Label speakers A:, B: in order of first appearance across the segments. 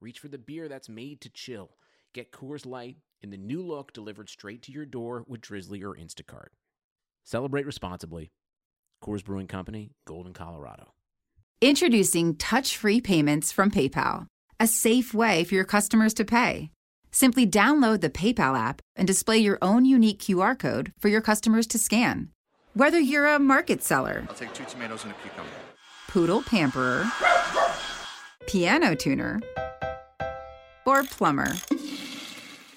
A: reach for the beer that's made to chill. Get Coors Light in the new look delivered straight to your door with Drizzly or Instacart. Celebrate responsibly. Coors Brewing Company, Golden, Colorado.
B: Introducing touch free payments from PayPal, a safe way for your customers to pay. Simply download the PayPal app and display your own unique QR code for your customers to scan. Whether you're a market seller,
C: I'll take two tomatoes and a cucumber.
B: poodle pamperer, piano tuner, or plumber.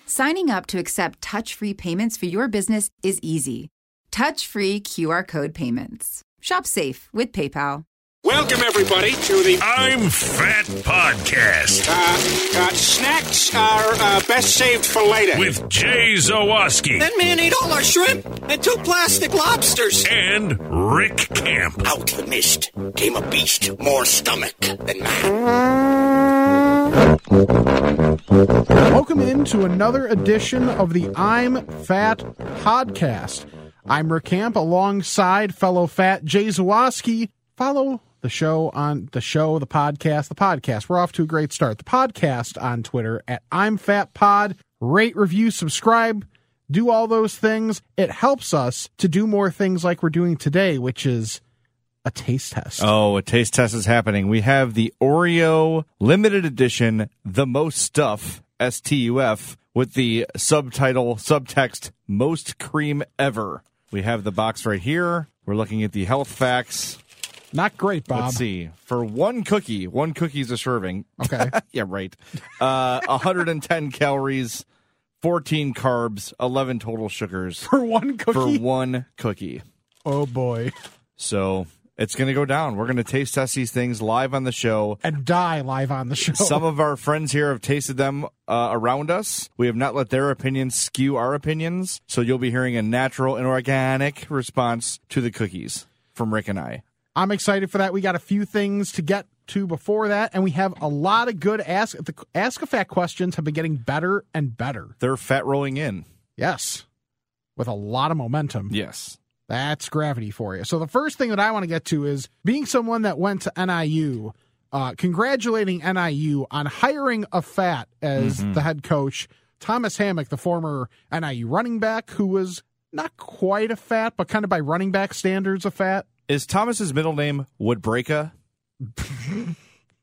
B: Signing up to accept touch free payments for your business is easy. Touch free QR code payments. Shop safe with PayPal.
D: Welcome, everybody, to the
E: I'm Fat Podcast
D: uh, uh, snacks are uh, best saved for later.
E: with Jay Zawoski
D: that man ate all our shrimp and two plastic lobsters.
E: and Rick Camp.
F: Out the mist came a beast more stomach than man.
G: Welcome into another edition of the I'm Fat podcast. I'm Rick Camp alongside fellow fat Jay Zawoski. Follow the show on the show, the podcast, the podcast. We're off to a great start. The podcast on Twitter at I'm Fat Pod. Rate, review, subscribe, do all those things. It helps us to do more things like we're doing today, which is a taste test.
H: Oh, a taste test is happening. We have the Oreo limited edition, the most stuff, S T U F, with the subtitle, subtext, most cream ever. We have the box right here. We're looking at the health facts.
G: Not great, Bob.
H: Let's see. For one cookie, one cookie is a serving.
G: Okay.
H: yeah, right. Uh, 110 calories, 14 carbs, 11 total sugars
G: For one cookie.
H: for one cookie.
G: oh boy.
H: So it's going to go down. We're going to taste test these things live on the show.
G: And die live on the show.
H: Some of our friends here have tasted them uh, around us. We have not let their opinions skew our opinions. So you'll be hearing a natural and organic response to the cookies from Rick and I.
G: I'm excited for that. We got a few things to get to before that, and we have a lot of good ask. The ask a fat questions have been getting better and better.
H: They're fat rolling in.
G: Yes, with a lot of momentum.
H: Yes.
G: That's gravity for you. So the first thing that I want to get to is being someone that went to NIU, uh, congratulating NIU on hiring a fat as the head coach. Thomas Hammock, the former NIU running back, who was not quite a fat, but kind of by running back standards, a fat.
H: Is Thomas's middle name Woodbreaka?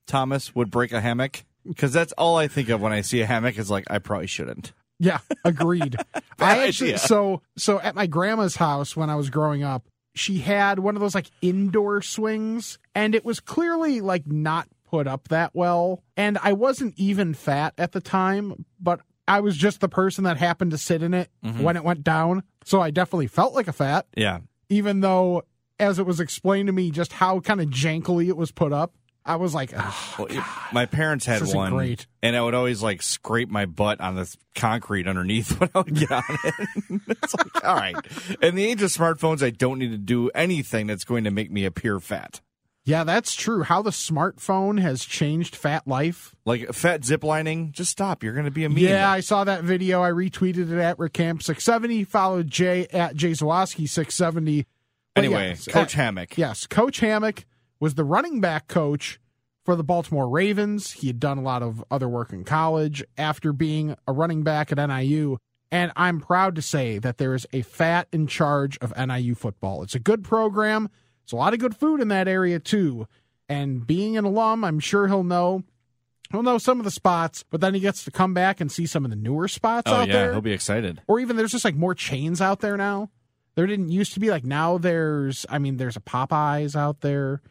H: Thomas would break a hammock? Because that's all I think of when I see a hammock is like, I probably shouldn't.
G: Yeah, agreed. I actually so so at my grandma's house when I was growing up, she had one of those like indoor swings and it was clearly like not put up that well and I wasn't even fat at the time, but I was just the person that happened to sit in it when it went down. So I definitely felt like a fat
H: Yeah.
G: even though as it was explained to me just how kind of jankily it was put up. I was like, "Ugh."
H: Well, Oh, it- my parents had
G: This isn't
H: one,
G: great.
H: and I would always like scrape my butt on this concrete underneath when I would get on it. it's like, all right. In the age of smartphones, I don't need to do anything that's going to make me appear fat.
G: yeah, that's true. How the smartphone has changed fat life.
H: Like fat zip lining, just stop. You're going to be a mean.
G: Yeah, I saw that video. I retweeted it at Rickamp670, followed Jay at Jay Zawoski670. But
H: Anyway,
G: yes,
H: Coach
G: uh,
H: Hammock.
G: Yes, Coach Hammock was the running back coach for the Baltimore Ravens. He had done a lot of other work in college after being a running back at NIU. And I'm proud to say that there is a fat in charge of NIU football. It's a good program. There's a lot of good food in that area, too. And being an alum, I'm sure he'll know he'll know some of the spots, but then he gets to come back and see some of the newer spots
H: Oh
G: out
H: yeah,
G: there.
H: he'll be excited.
G: or even there's just like more chains out there now. There didn't used to be like now there's I mean there's a Popeyes out there.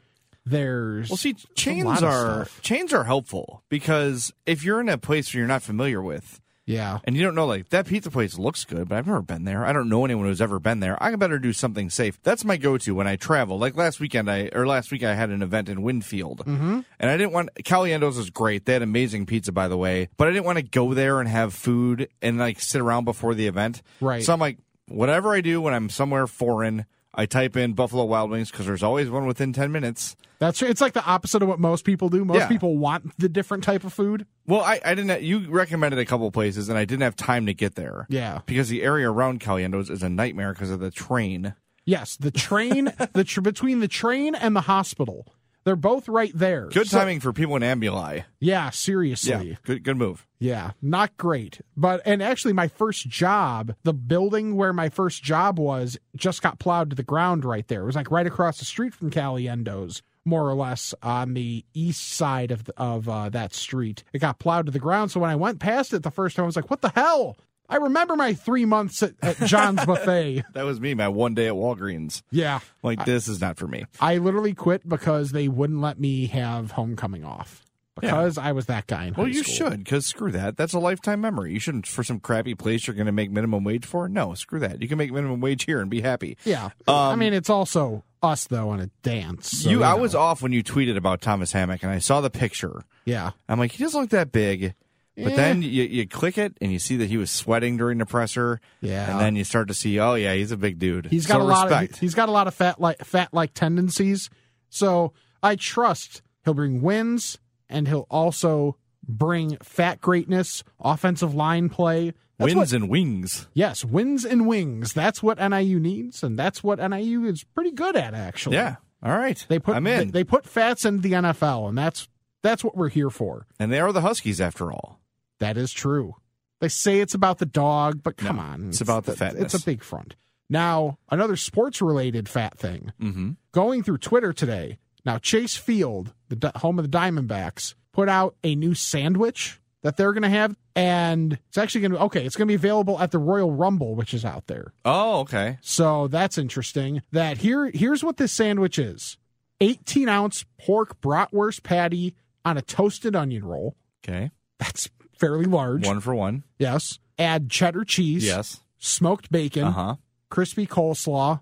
G: There's
H: Well, see,
G: there's a
H: chains
G: lot of
H: are
G: stuff.
H: chains are helpful because if you're in a place where you're not familiar with,
G: Yeah.
H: And you don't know, like, that pizza place looks good, but I've never been there. I don't know anyone who's ever been there. I better do something safe. That's my go to when I travel. Like last weekend, I, or last week, I had an event in Winfield. Mm-hmm. And I didn't want, Caliendo's is great. They had amazing pizza, by the way, but I didn't want to go there and have food and, like, sit around before the event.
G: Right.
H: So I'm like, whatever I do when I'm somewhere foreign, I type in Buffalo Wild Wings because there's always one within 10 minutes.
G: That's it's like the opposite of what most people do. Most
H: Yeah.
G: people want the different type of food.
H: Well, I, I didn't. You recommended a couple places, and I didn't have time to get there.
G: Yeah.
H: because the area around Caliendo's is a nightmare because of the train.
G: Yes, the train, the tr- between the train and the hospital, they're both right there.
H: Good
G: So-
H: timing for people in ambuli.
G: Yeah, seriously.
H: Yeah, good good move.
G: Yeah, not great. But and actually my first job, the building where my first job was just got plowed to the ground right there. It was like right across the street from Caliendo's, more or less on the east side of the, of uh, that street. It got plowed to the ground, so when I went past it the first time I was like, "What the hell?" I remember my 3 months at, at John's buffet.
H: That was me. My one day at Walgreens.
G: Yeah.
H: Like this is not for me.
G: I literally quit because they wouldn't let me have homecoming off because I was that guy in
H: Well,
G: high
H: you
G: school.
H: should because screw that. That's a lifetime memory. You shouldn't for some crappy place you're going to make minimum wage for. No, screw that. You can make minimum wage here and be happy.
G: Yeah. I mean, it's also us though on a dance. so,
H: Um, you, I
G: know.
H: was off when you tweeted about Thomas Hammock, and I saw the picture.
G: Yeah.
H: I'm like, he doesn't look that big. But then you, you click it and you see that he was sweating during the presser.
G: Yeah.
H: And then you start to see, oh yeah, he's a big dude.
G: He's got
H: So
G: a lot
H: respect.
G: of he's got a lot of fat like fat like tendencies. So I trust he'll bring wins and he'll also bring fat greatness, offensive line play. That's
H: wins
G: what-
H: and wings.
G: yes, wins and wings. That's what NIU needs, and that's what NIU is pretty good at actually.
H: Yeah. All right.
G: They put
H: I'm
G: they-
H: in.
G: They, put fats into the NFL, and that's that's what we're here for.
H: and they are the Huskies after all.
G: That is true. They say it's about the dog, but come
H: No,
G: on,
H: it's about the
G: It's
H: fatness.
G: a big front. Now another sports related fat thing.
H: Mm-hmm.
G: Going through Twitter today. Now Chase Field, the di- home of the Diamondbacks, put out a new sandwich that they're going to have, and it's actually going to okay. It's going to be available at the Royal Rumble, which is out there.
H: Oh, okay.
G: So that's interesting. That here here's what this sandwich is: eighteen ounce pork bratwurst patty on a toasted onion roll.
H: Okay.
G: That's fairly large.
H: One for one.
G: Yes. Add cheddar cheese.
H: Yes.
G: Smoked bacon.
H: Uh huh.
G: Crispy coleslaw.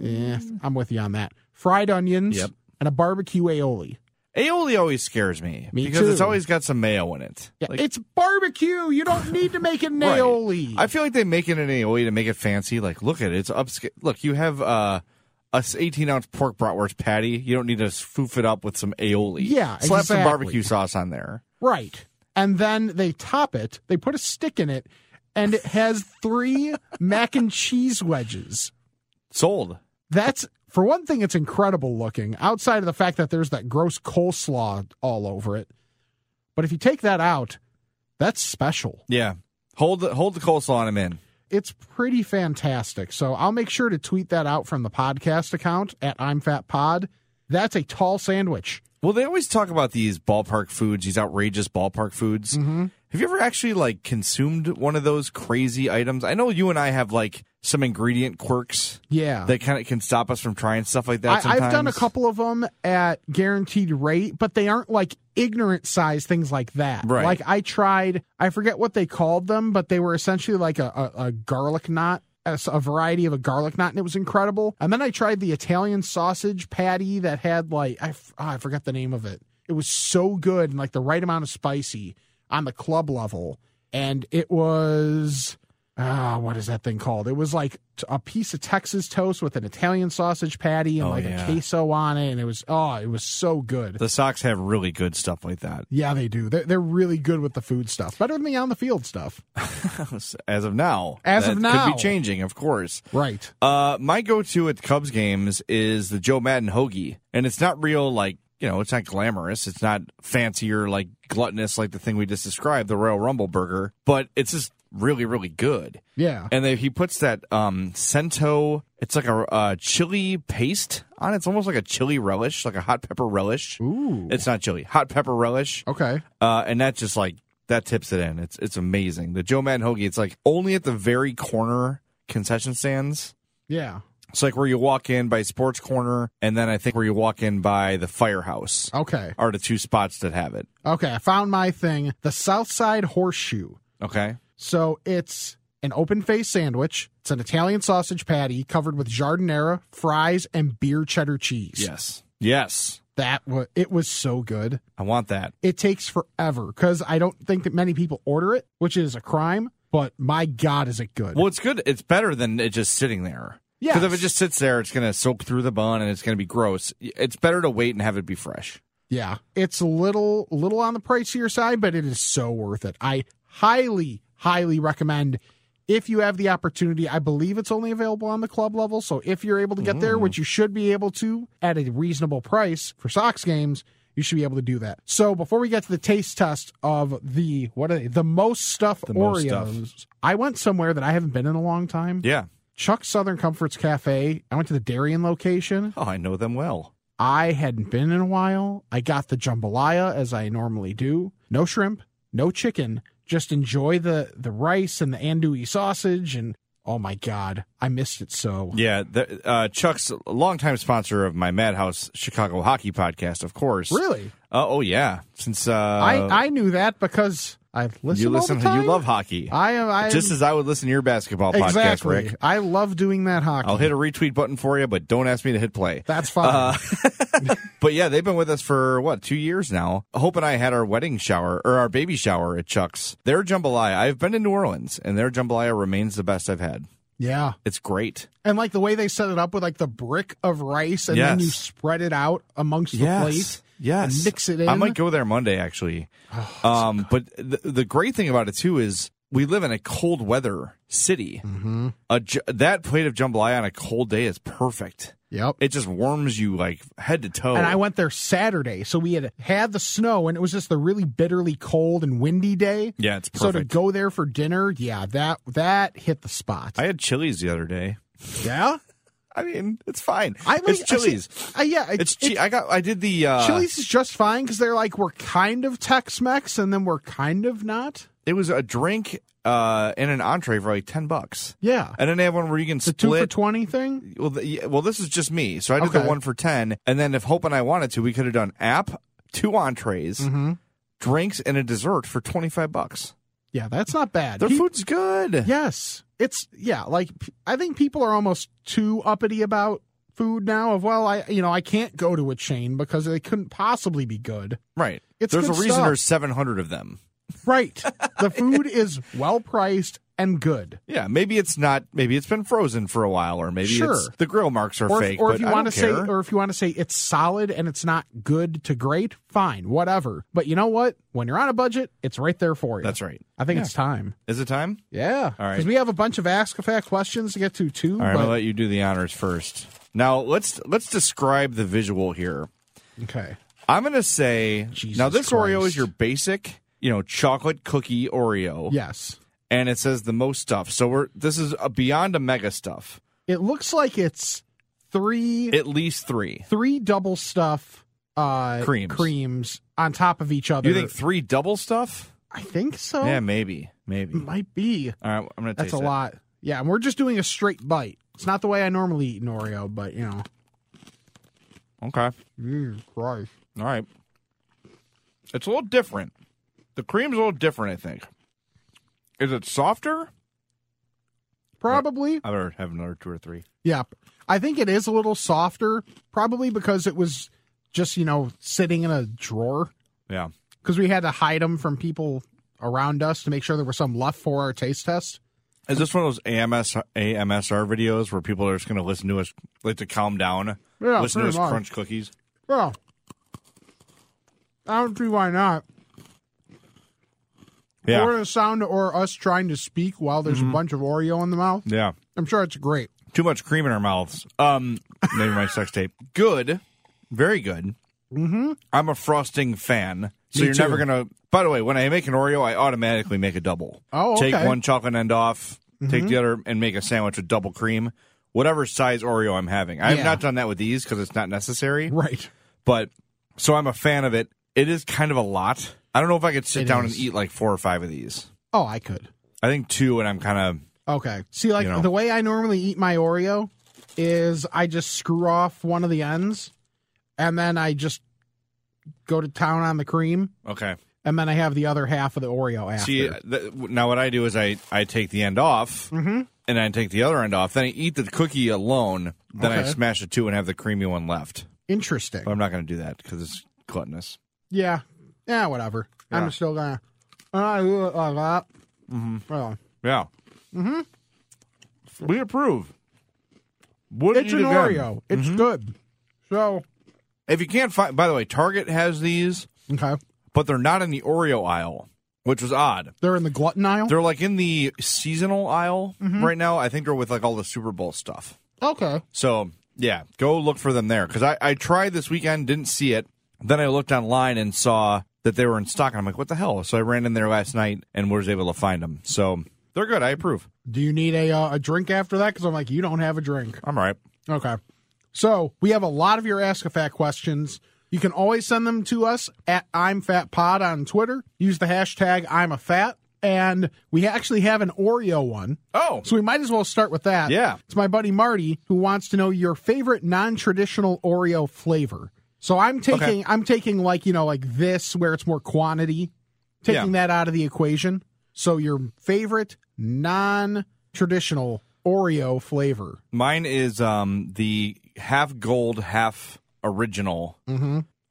G: Yeah, I'm with you on that. Fried onions.
H: Yep.
G: And a barbecue aioli.
H: Aioli always scares me,
G: Me
H: because it's
G: too.
H: always got some mayo in it.
G: Yeah,
H: Like,
G: it's barbecue. You don't need to make an
H: Right.
G: aioli.
H: I feel like they make it an aioli to make it fancy. Like, look at it. It's upscale. Look, you have uh, a 18 ounce pork bratwurst patty. You don't need to spoof it up with some aioli.
G: Yeah,
H: Slap some
G: exactly.
H: barbecue sauce on there.
G: Right. And then they top it. They put a stick in it, and it has three mac and cheese wedges.
H: Sold.
G: That's for one thing, it's incredible looking. Outside of the fact that there's that gross coleslaw all over it, but if you take that out, that's special.
H: Yeah. Hold the, hold the coleslaw on him in.
G: it's pretty fantastic. So I'll make sure to tweet that out from the podcast account at I'm Fat Pod. That's a tall sandwich.
H: Well, they always talk about these ballpark foods, these outrageous ballpark foods. Mm-hmm. Have you ever actually like consumed one of those crazy items? I know you and I have like some ingredient quirks
G: Yeah.
H: that kind of can stop us from trying stuff like that.
G: I,
H: Sometimes.
G: I've done a couple of them at guaranteed rate, but they aren't like ignorant size things like that.
H: Right.
G: Like I tried, I forget what they called them, but they were essentially like a, a, a garlic knot, a, s- a variety of a garlic knot, and it was incredible. And then I tried the Italian sausage patty that had like, I, f- ah, I forgot the name of it. It was so good and like the right amount of spicy on the club level. And it was ah, what is that thing called? It was like t- a piece of Texas toast with an Italian sausage patty and
H: Oh,
G: like
H: yeah.
G: a queso on it, and it was oh, it was so good.
H: The socks have really good stuff like that.
G: yeah, they do. They're, they're really good with the food stuff, better than the on the field stuff.
H: As of now,
G: As
H: that
G: of now.
H: could be changing, of course.
G: Right.
H: Uh, my go-to at Cubs games is the Joe Madden hoagie, and it's not real like you know, it's not glamorous, it's not fancier like gluttonous like the thing we just described, the Royal Rumble burger, but it's just really, really good.
G: Yeah.
H: And then he puts that um cento, it's like a uh, chili paste on it. It's almost like a chili relish, like a hot pepper relish.
G: Ooh.
H: It's not chili, hot pepper relish.
G: Okay.
H: Uh, and that just like that tips it in. It's it's amazing. The Joe Madden hoagie. It's like only at the very corner concession stands.
G: Yeah.
H: It's like where you walk in by Sports Corner, and then I think where you walk in by the Firehouse
G: Okay.
H: are the two spots that have it.
G: Okay. I found my thing. The South Side Horseshoe.
H: Okay,
G: So it's an open faced sandwich. It's an Italian sausage patty covered with jardinera, fries, and beer cheddar cheese.
H: Yes. Yes.
G: That was it was so good.
H: I want that.
G: It takes forever because I don't think that many people order it, which is a crime. But my God, is it good?
H: Well, it's good. It's better than it just sitting there.
G: Yes.
H: Because if it just sits there, it's going to soak through the bun and it's going to be gross. It's better to wait and have it be fresh.
G: Yeah, it's a little little on the pricier side, but it is so worth it. I highly highly recommend if you have the opportunity. I believe it's only available on the club level, so if you're able to get there,
H: Mm.
G: which you should be able to at a reasonable price for Sox games, you should be able to do that. So before we get to the taste test of the what are they the most stuff
H: The
G: Oreos,
H: most stuff.
G: I went somewhere that I haven't been in a long time.
H: Yeah.
G: Chuck Southern Comforts Cafe. I went to the Darien location.
H: Oh, I know them well.
G: I hadn't been in a while. I got the jambalaya as I normally do. No shrimp, no chicken. Just enjoy the the rice and the andouille sausage. And oh my god, I missed it so.
H: Yeah. The, uh, Chuck's a longtime sponsor of my Madhouse Chicago hockey podcast, of course.
G: Really,
H: Uh, oh, yeah. Since uh,
G: I I knew that because I listen.
H: you
G: all
H: listen,
G: the time.
H: you love hockey.
G: I am. I am,
H: just as I would listen to your basketball podcast,
G: exactly.
H: Rick.
G: I love doing that hockey.
H: I'll hit a retweet button for you, but don't ask me to hit play. Uh,
G: That's fine.
H: But yeah, they've been with us for what, two years now. Hope and I had our wedding shower or our baby shower at Chuck's. Their jambalaya, I've been to New Orleans and their jambalaya remains the best I've had.
G: yeah,
H: It's great.
G: and like the way they set it up with like the brick of rice, and then
H: Yes.
G: you spread it out amongst the plate.
H: Yes.
G: and mix it in.
H: I might go there Monday actually.
G: Oh,
H: um, but the, the great thing about it too is we live in a cold weather city. Mm-hmm. A, ju- that plate of jambalaya on a cold day is perfect.
G: Yep.
H: It just warms you like head to toe.
G: And I went there Saturday, so we had had the snow, and it was just the really bitterly cold and windy day.
H: Yeah, it's perfect.
G: So to go there for dinner, yeah, that that hit the spot.
H: I had chilies the other day.
G: yeah,
H: I mean, it's fine.
G: I like
H: it's chilies.
G: I see- I- yeah, it-
H: It's,
G: it-
H: che- I got. I did the uh,
G: Chili's is just fine because they're like we're kind of Tex-Mex, and then we're kind of not.
H: It was a drink uh, and an entree for like ten bucks.
G: Yeah,
H: And then they have one where you can
G: the two for
H: split.
G: twenty thing.
H: well, the, yeah, well, this is just me, so I did
G: Okay.
H: the one for ten. And then if Hope and I wanted to, we could have done app, two entrees,
G: Mm-hmm.
H: drinks, and a dessert for twenty five bucks.
G: Yeah, that's not bad.
H: Their
G: Pe-
H: food's good.
G: Yes, it's yeah. Like p- I think people are almost too uppity about food now. Of well, I you know I can't go to a chain because they couldn't possibly be good.
H: Right.
G: It's
H: there's
G: good
H: a reason
G: stuff.
H: there's seven hundred of them.
G: Right. The food is well priced and good.
H: Yeah, maybe it's not. Maybe it's been frozen for a while, or maybe
G: Sure.
H: it's, the grill marks are
G: Or,
H: fake.
G: or
H: but
G: if you
H: I
G: want to
H: don't
G: say,
H: care.
G: or if you want to say it's solid and it's not good to great, fine, whatever. But you know what? When you're on a budget, it's right there for you.
H: that's right.
G: I think it's time.
H: Is it time?
G: Yeah.
H: All right.
G: Because we have a bunch of Ask a Fact questions to get to too.
H: All right, I'm
G: but-
H: gonna let you do the honors first. Now let's let's describe the visual here.
G: okay.
H: I'm gonna say
G: Jesus
H: now this Oreo
G: Christ.
H: is your basic, you know, chocolate cookie Oreo,
G: Yes.
H: and it says the most stuff. So we're this is a beyond a mega stuff,
G: It looks like it's three
H: at least three.
G: three double stuff uh
H: Creams.
G: creams on top of each other.
H: You think three double stuff?
G: I think so.
H: Yeah, maybe, maybe. All
G: Might be.
H: right, I'm gonna.
G: That's
H: taste
G: a
H: it.
G: lot. Yeah, and we're just doing a straight bite. It's not the way I normally eat an Oreo, but you know.
H: Okay.
G: Mm, Christ.
H: All right. It's a little different. The cream's a little different, I think. Is it softer?
G: Probably.
H: I better have another two or three.
G: Yeah. I think it is a little softer, probably because it was just, you know, sitting in a drawer
H: Yeah.
G: because we had to hide them from people around us to make sure there were some left for our taste test.
H: Is this one of those AMS AMSR videos where people are just going to listen to us like to calm down?
G: Yeah,
H: listen to us
G: pretty much.
H: crunch cookies.
G: Well, I don't see why not.
H: Yeah,
G: Or the sound or us trying to speak while there's a bunch of Oreo in the mouth.
H: yeah.
G: I'm sure it's great.
H: Too much cream in our mouths. Um, maybe my sex tape. Good, very good. Mm-hmm. I'm a frosting fan, so
G: Me
H: you're
G: too.
H: never gonna. By the way, when I make an Oreo, I automatically make a double.
G: Oh,
H: take
G: okay. Mm-hmm.
H: one chocolate end off, take the other, and make a sandwich with double cream, whatever size Oreo I'm having. I
G: Yeah.
H: have not done that with these because it's not necessary.
G: Right.
H: but so I'm a fan of it. It is kind of a lot. I don't know if I could sit
G: It
H: down
G: is.
H: and eat like four or five of these.
G: Oh, I could.
H: I think two, and I'm kind
G: Okay. See, like
H: You know.
G: the way I normally eat my Oreo is I just screw off one of the ends, and then I just go to town on the cream.
H: of okay.
G: and then I have the other half of the Oreo after.
H: See, uh, th- now what I do is I, I take the end off,
G: Mm-hmm.
H: and I take the other end off. Then I eat the cookie alone. Then I
G: Okay.
H: smash the two and have the creamy one left.
G: Interesting.
H: But I'm not going to do that because it's gluttonous.
G: Yeah. Yeah, whatever.
H: Yeah.
G: I'm still gonna. I do it like that. Well,
H: Yeah. Mm-hmm. We approve. Wouldn't
G: it's
H: eat
G: an
H: again. Mm-hmm.
G: Oreo. It's good. So
H: If you can't find, by the way, Target has these,
G: okay,
H: but they're not in the Oreo aisle, which was odd.
G: they're in the glutton aisle.
H: They're like in the seasonal aisle
G: Mm-hmm.
H: right now. I think they're with like all the Super Bowl stuff.
G: okay.
H: So yeah, go look for them there because I, I tried this weekend, didn't see it. Then I looked online and saw that they were in stock, and I'm like, what the hell? So I ran in there last night and was able to find them. So they're good. I approve.
G: Do you need a uh, a drink after that? Because I'm like, you don't have a drink.
H: I'm all right.
G: Okay. So we have a lot of your Ask a Fat questions. You can always send them to us at I'm Fat Pod on Twitter. Use the hashtag I'm a Fat. And we actually have an Oreo one.
H: Oh,
G: So we might as well start with that.
H: Yeah.
G: It's my buddy Marty who wants to know your favorite non-traditional Oreo flavor. So I'm taking
H: Okay.
G: I'm taking like, you know, like this where it's more quantity, taking that out of the equation. So your favorite non-traditional Oreo flavor.
H: mine is um the half gold, half original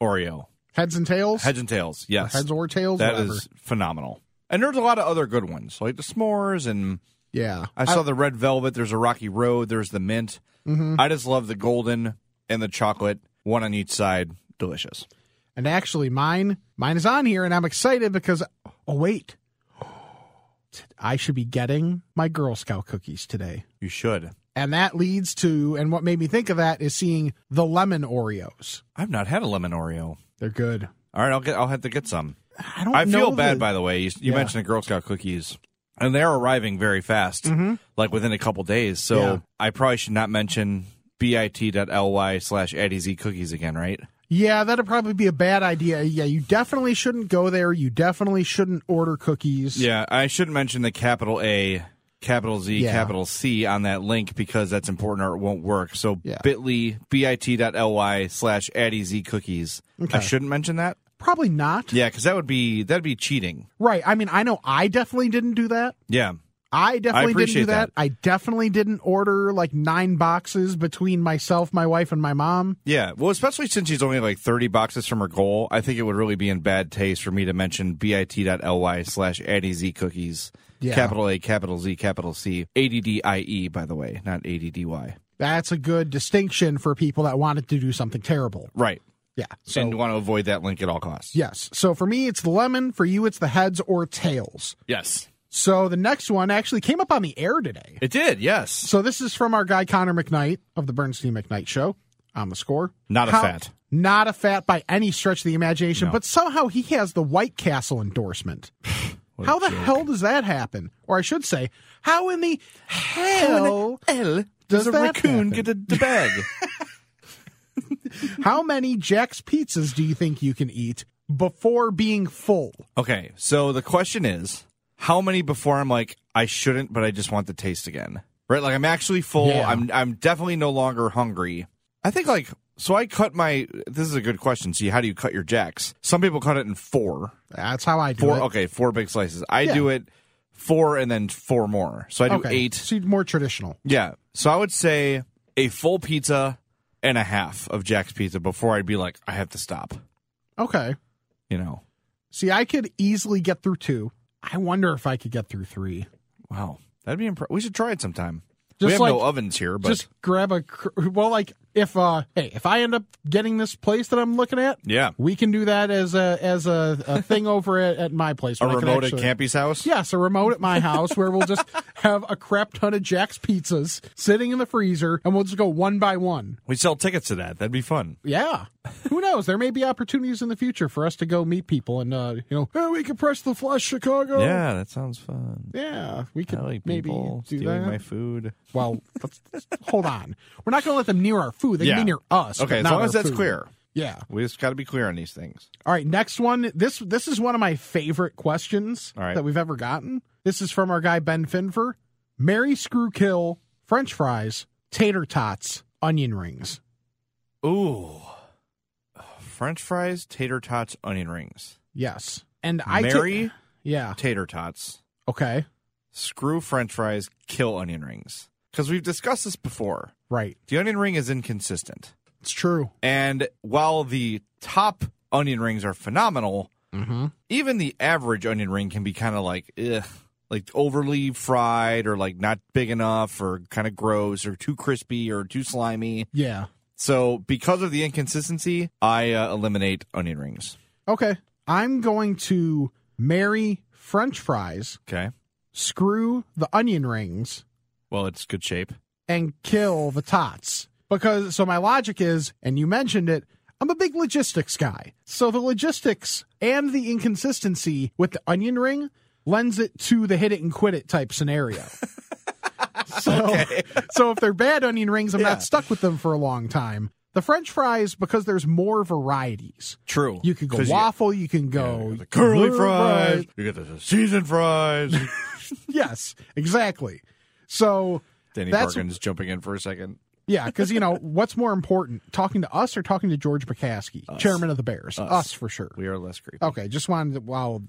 H: Oreo
G: Heads and tails?
H: heads and tails. Yes,
G: Mm-hmm. Heads or tails,
H: That
G: whatever.
H: is phenomenal. And there's a lot of other good ones like the s'mores and
G: yeah.
H: I saw the red velvet. There's a rocky road. There's the mint.
G: Mm-hmm.
H: I just love the golden and the chocolate, one on each side. Delicious.
G: And actually, mine mine is on here, and I'm excited because oh wait, I should be getting my Girl Scout cookies today,
H: You should.
G: and that leads to and what made me think of that is seeing the lemon Oreos.
H: I've not had a lemon Oreo.
G: They're good.
H: All right, I'll get. I'll have to get some.
G: I don't.
H: I
G: know
H: feel bad,
G: the-
H: by the way. You, you
G: Yeah.
H: mentioned the Girl Scout cookies, and they're arriving very fast, like within a couple days. So
G: Mm-hmm. Yeah.
H: I probably should not mention bit.ly slash Eddie Z cookies again, right?
G: Yeah, that'd probably be a bad idea. Yeah, you definitely shouldn't go there. You definitely shouldn't order cookies.
H: Yeah, I shouldn't mention the capital A, capital Z,
G: Yeah.
H: capital C on that link because that's important or it won't work. So
G: Yeah.
H: bit.ly, bit.ly slash Addy Z cookies. I shouldn't mention that.
G: Probably not.
H: Yeah, because that would be that'd be cheating.
G: Right. I mean, I know I definitely didn't do that.
H: Yeah.
G: I definitely didn't
H: appreciate
G: do that.
H: that.
G: I definitely didn't order like nine boxes between myself, my wife, and my mom.
H: Yeah. Well, especially since she's only like 30 boxes from her goal, I think it would really be in bad taste for me to mention bit.ly slash Addy Z cookies.
G: Yeah.
H: Capital A, capital Z, capital C. A D D I E, by the way, not A D D Y.
G: That's a good distinction for people that wanted to do something terrible.
H: Right.
G: Yeah. So
H: and want to avoid that link at all costs.
G: yes. So for me, it's the lemon. For you, it's the heads or tails.
H: Yes.
G: So the next one actually came up on the air today.
H: It did, yes.
G: So this is from our guy Connor McKnight of the Bernstein McKnight Show. On the score,
H: Not a
G: How-
H: fat.
G: not a fat by any stretch of the imagination, but somehow he has the White Castle endorsement. how the hell does that happen? Or I should say, how in the hell?
H: L
G: does a raccoon get
H: a, the bag?
G: how many Jack's pizzas do you think you can eat before being full?
H: okay, so the question is, how many before I'm like I shouldn't, but I just want the taste again, right? Like I'm actually full.
G: Yeah.
H: I'm I'm definitely no longer hungry. I think like so I cut my. This is a good question. See, how do you cut your jacks? Some people cut it in four,
G: That's how I do
H: four.
G: it.
H: Okay, four big slices. I do it four and then four more. So I do eight.
G: So you're more traditional.
H: Yeah. So I would say a full pizza and a half of Jack's Pizza before I'd be like, I have to stop.
G: Okay.
H: You know.
G: See, I could easily get through two. I wonder if I could get through three.
H: Wow. That'd be impressive. We should try it sometime. we
G: Just
H: have no
G: like-
H: ovens here, but
G: Just grab a cr- well, like if uh, hey, if I end up getting this place that I'm looking at,
H: yeah,
G: we can do that as a as a, a thing over at, at my place.
H: a
G: where I can
H: remote at
G: actually-
H: Campy's house.
G: Yes, a remote at my house where we'll just have a crap ton of Jack's pizzas sitting in the freezer, and we'll just go one by one.
H: We sell tickets to that. That'd be fun.
G: Yeah. Who knows? There may be opportunities in the future for us to go meet people and, uh, you know, hey, we can press the flush, Chicago.
H: Yeah, that sounds fun.
G: Yeah. We could
H: Alley
G: maybe
H: people
G: do
H: stealing
G: that.
H: my food.
G: well, let's, hold on. We're not going to let them near our food. They
H: Yeah.
G: can be near us. but
H: Okay, as
G: not
H: long
G: our
H: as that's
G: food.
H: clear.
G: Yeah.
H: We just got to be clear on these things.
G: All right. Next one. This this is one of my favorite questions
H: All right.
G: that we've ever gotten. This is from our guy Ben Finfer. Mary Screw Kill French fries, tater tots, onion rings.
H: Ooh, French fries, tater tots, onion rings.
G: Yes. And I ta-
H: Mary
G: yeah.
H: tater tots,
G: Okay.
H: screw french fries, kill onion rings. Because we've discussed this before.
G: Right.
H: The onion ring is inconsistent.
G: It's true.
H: And while the top onion rings are phenomenal,
G: Mm-hmm.
H: even the average onion ring can be kind of like, ugh, like overly fried or like not big enough or kind of gross or too crispy or too slimy.
G: Yeah.
H: So because of the inconsistency, I uh, eliminate onion rings.
G: Okay. I'm going to marry French fries,
H: Okay.
G: screw the onion rings,
H: Well, it's good shape.
G: and kill the tots. Because, so my logic is, and you mentioned it, I'm a big logistics guy. So the logistics and the inconsistency with the onion ring lends it to the hit it and quit it type scenario. so, so if they're bad onion rings, I'm
H: Yeah.
G: not stuck with them for a long time. The french fries, because there's more varieties.
H: True.
G: You could go
H: 'Cause
G: waffle, you, can go
H: You, you got the curly
G: blue
H: fries. You got the seasoned fries.
G: Yes, exactly. So
H: Danny
G: That's-
H: Barkin's jumping in for a second.
G: Yeah, because you know what's more important, talking to us or talking to George McCaskey, chairman of the Bears? Us, for sure.
H: We are less creepy.
G: Okay, just wanted. To, well,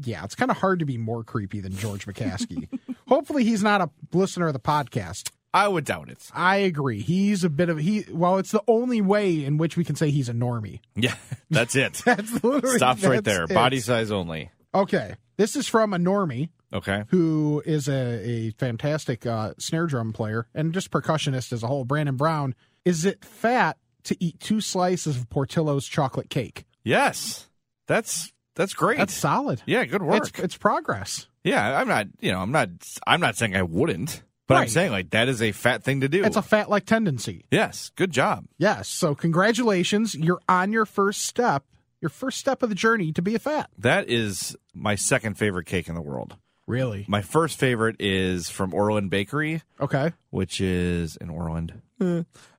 G: yeah, it's kind of hard to be more creepy than George McCaskey. Hopefully, he's not a listener of the podcast.
H: I would doubt it.
G: I agree. He's a bit of he. Well, it's the only way in which we can say he's a normie.
H: Yeah, that's it.
G: That's literally
H: Stops right
G: that's
H: there.
G: it.
H: Body size only.
G: Okay, this is from a normie
H: Okay.
G: who is a, a fantastic uh, snare drum player and just percussionist as a whole, Brandon Brown, is it fat to eat two slices of Portillo's chocolate cake?
H: Yes. That's that's great.
G: That's solid.
H: yeah, good work.
G: It's, it's progress.
H: yeah, I'm not, you know, I'm not I'm not saying I wouldn't, but I'm
G: Right.
H: saying like that is a fat thing to do.
G: It's a fat like tendency.
H: yes, good job.
G: Yes. So, congratulations. You're on your first step, your first step of the journey to be a fat.
H: That is my second favorite cake in the world.
G: Really?
H: My first favorite is from Orland Bakery,
G: Okay.
H: which is in Orland.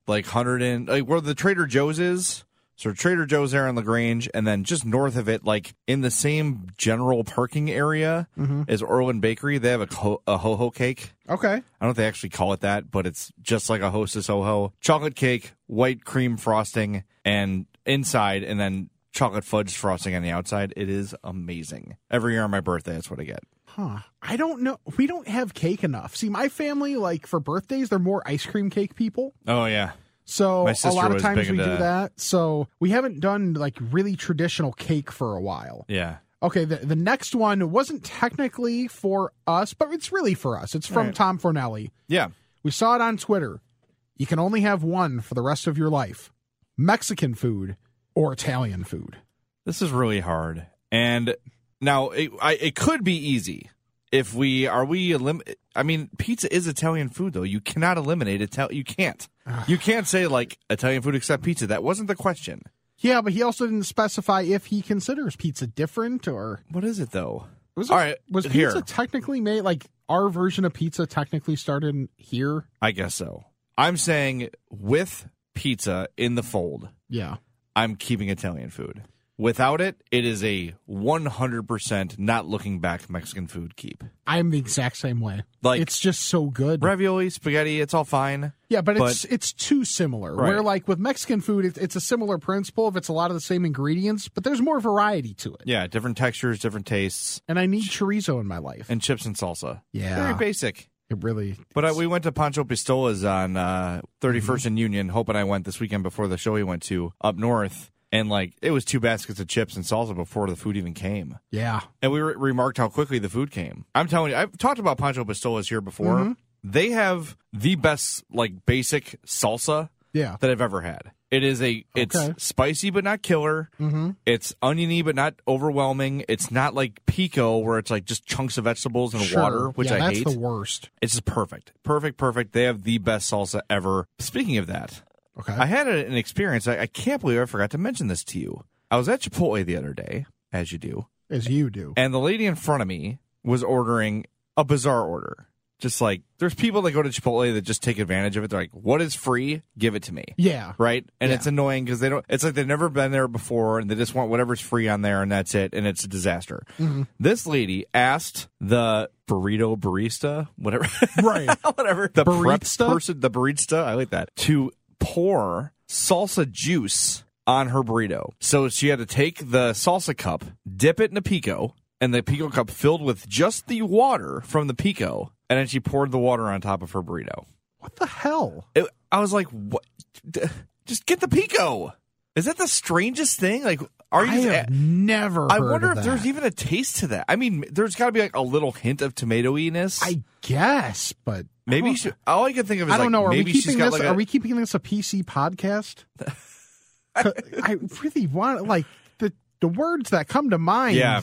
H: Like 100 and like where the Trader Joe's is. So Trader Joe's there on LaGrange, and then just north of it, like in the same general parking area as Orland Bakery, they have a, co- a ho ho cake.
G: Okay.
H: I don't know if they actually call it that, but it's just like a Hostess Ho Ho. Chocolate cake, white cream frosting, and inside, and then chocolate fudge frosting on the outside. It is amazing. Every year on my birthday, that's what I get.
G: Huh. I don't know. We don't have cake enough. See, my family, like for birthdays, they're more ice cream cake people.
H: Oh, yeah.
G: So
H: My
G: a
H: sister
G: lot of
H: was
G: times
H: big
G: we do
H: into-
G: that. So we haven't done like really traditional cake for a while.
H: Yeah.
G: Okay, the, the next one wasn't technically for us, but it's really for us. It's from Tom Fornelli.
H: Yeah.
G: We saw it on Twitter. You can only have one for the rest of your life Mexican food or Italian food.
H: This is really hard. And now it, I, it could be easy if we are we elim- I mean, pizza is Italian food though. You cannot eliminate Italian. You can't. You can't say like Italian food except pizza. That wasn't the question.
G: Yeah, but he also didn't specify if he considers pizza different or.
H: What is it though?
G: Was
H: All right,
G: was pizza
H: here.
G: technically made like our version of pizza technically started in here?
H: I guess so. I'm saying with pizza in the fold,
G: Yeah.
H: I'm keeping Italian food. Without it, it is a 100% not looking back Mexican food keep.
G: I'm the exact same way.
H: Like-
G: it's just so good.
H: Ravioli, spaghetti, it's all fine.
G: yeah, but
H: but-
G: it's it's too similar.
H: Right.
G: Where like with Mexican food, it's, it's a similar principle. If it's a lot of the same ingredients, but there's more variety to it.
H: Yeah, different textures, different tastes,
G: And I need chorizo in my life.
H: and chips and salsa.
G: Yeah.
H: Very basic.
G: it really.
H: But uh, we went to Pancho Pistola's on uh, 31st and Union. Hope and I went this weekend before the show we went to up north. And like, it was two baskets of chips and salsa before the food even came.
G: Yeah.
H: And we re- remarked how quickly the food came. I'm telling you, I've talked about Pancho Pistolas here before. They have the best, like, basic salsa
G: Yeah.
H: that I've ever had. It is a, it's
G: Okay.
H: spicy but not killer. Mm-hmm. It's oniony but not overwhelming. It's not like pico where it's like just chunks of vegetables and
G: Sure.
H: water, which
G: yeah,
H: I
G: that's
H: hate.
G: the worst.
H: it's just perfect, perfect, perfect. They have the best salsa ever. Speaking of that,
G: Okay.
H: I had a- an experience. I, I can't believe I forgot to mention this to you. I was at Chipotle the other day, as you do.
G: As you do.
H: And the lady in front of me was ordering a bizarre order. Just like there's people that go to Chipotle that just take advantage of it. They're like, what is free? Give it to me.
G: yeah.
H: Right? And
G: Yeah.
H: it's annoying because they don't, it's like they've never been there before and they just want whatever's free on there and that's it. And it's a disaster.
G: Mm-hmm.
H: This lady asked the burrito barista, whatever,
G: Right.
H: whatever, the prep
G: Barista?
H: person, the barista, I like that, to pour salsa juice on her burrito. So she had to take the salsa cup, dip it in a pico, and the pico cup filled with just the water from the pico, and then she poured the water on top of her burrito.
G: What the hell?
H: It, I was like, what? D- just get the pico. Is that the strangest thing? Like, are you?
G: I
H: just
G: have
H: a-
G: never.
H: I
G: heard of
H: wonder if
G: that.
H: there's even a taste to that. I mean, there's got to be like a little hint of tomatoiness.
G: I guess, but
H: maybe she, all I can think of is
G: I don't
H: like,
G: know. Are we
H: maybe she's
G: keeping
H: got
G: this?
H: like a,
G: are we keeping this a PC podcast? 'Cause I really want like the the words that come to mind.
H: Yeah.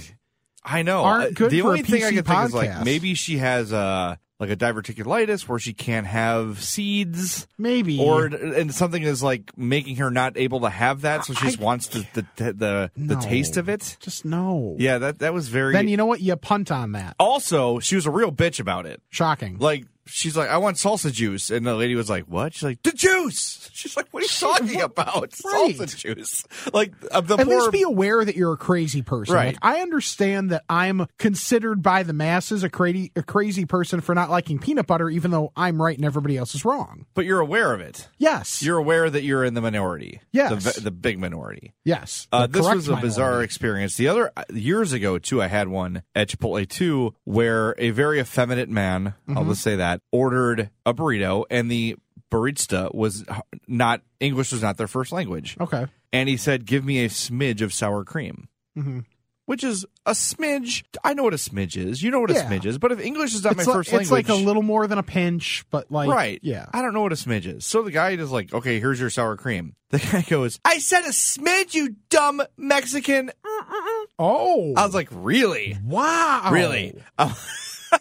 H: I know.
G: aren't
H: Uh,
G: good
H: the
G: for a
H: only thing I
G: PC
H: can think is like
G: podcast.
H: maybe she has uh like a diverticulitis where she can't have seeds
G: maybe
H: or and something is like making her not able to have that so she just
G: I-
H: wants the the the, the
G: No.
H: taste of it.
G: just no.
H: Yeah, that that was very
G: Then you know what? You punt on that.
H: Also, she was a real bitch about it.
G: Shocking.
H: Like she's like, I want salsa juice, and the lady was like, "What?" She's like, "The juice." She's like, "What are you talking about?
G: Right.
H: Salsa juice?" Like uh, the
G: At
H: poor.
G: least be aware that you're a crazy person.
H: Right.
G: Like, I understand that I'm considered by the masses a crazy a crazy person for not liking peanut butter, even though I'm right and everybody else is wrong.
H: but you're aware of it.
G: Yes.
H: You're aware that you're in the minority.
G: Yes.
H: the, ve- the big minority.
G: yes.
H: Uh,
G: The
H: this
G: correct
H: was a
G: minority.
H: bizarre experience. The other uh, years ago too, I had one at Chipotle too, where a very effeminate man, I'll
G: Mm-hmm.
H: just say that, ordered a burrito, and the barista was not English was not their first language,
G: Okay.
H: and he said, "Give me a smidge of sour cream."
G: Mhm.
H: Which is a smidge. I know what a smidge is. You know what a
G: Yeah.
H: smidge is. But if English is not
G: it's
H: my
G: like,
H: first
G: it's like
H: language,
G: a little more than a pinch, but like
H: right.
G: Yeah.
H: I don't know what a smidge is. So the guy is like, okay, here's your sour cream. The guy goes, I said a smidge, you dumb Mexican.
G: Oh.
H: I was like, really?
G: wow.
H: uh. Really? I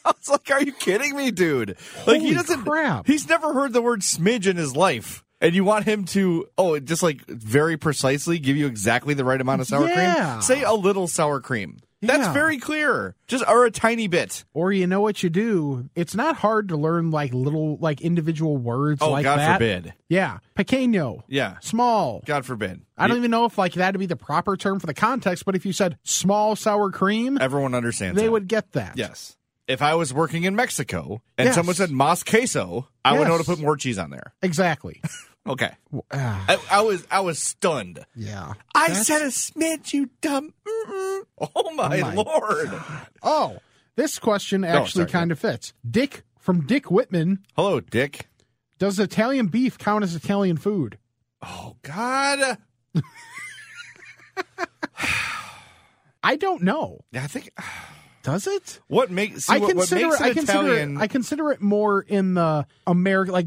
H: was like, are you kidding me, dude? Like,
G: Oh. Holy crap.
H: he's never heard the word smidge in his life. And you want him to, oh, just like very precisely give you exactly the right amount of sour
G: Yeah.
H: cream? Say a little sour cream. That's
G: Yeah.
H: very clear. Just, or a tiny bit.
G: Or you know what you do? It's not hard to learn like little like individual words
H: Oh,
G: like
H: God
G: that.
H: forbid.
G: Yeah. Pequeño.
H: Yeah.
G: Small.
H: God forbid. E-
G: I don't even know if like that'd be the proper term for the context, but if you said small sour cream,
H: Everyone understands
G: they
H: that.
G: would get that.
H: Yes. If I was working in Mexico and
G: Yes.
H: someone said mas queso, I would know to
G: Yes.
H: put more cheese on there.
G: Exactly.
H: Okay.
G: Ah,
H: I, I was I was stunned.
G: yeah.
H: I said a smidge, you dumb. Mm-mm. Oh my,
G: my
H: lord!
G: Oh, this question actually
H: Oh, sorry,
G: kind of fits. Dick from Dick Whitman
H: Hello, Dick.
G: Does Italian beef count as Italian food?
H: Oh God.
G: I don't know.
H: I think
G: Does it?
H: what makes see,
G: I
H: what, what
G: consider
H: makes
G: it,
H: an
G: I consider
H: Italian.
G: it, I consider it more in the American like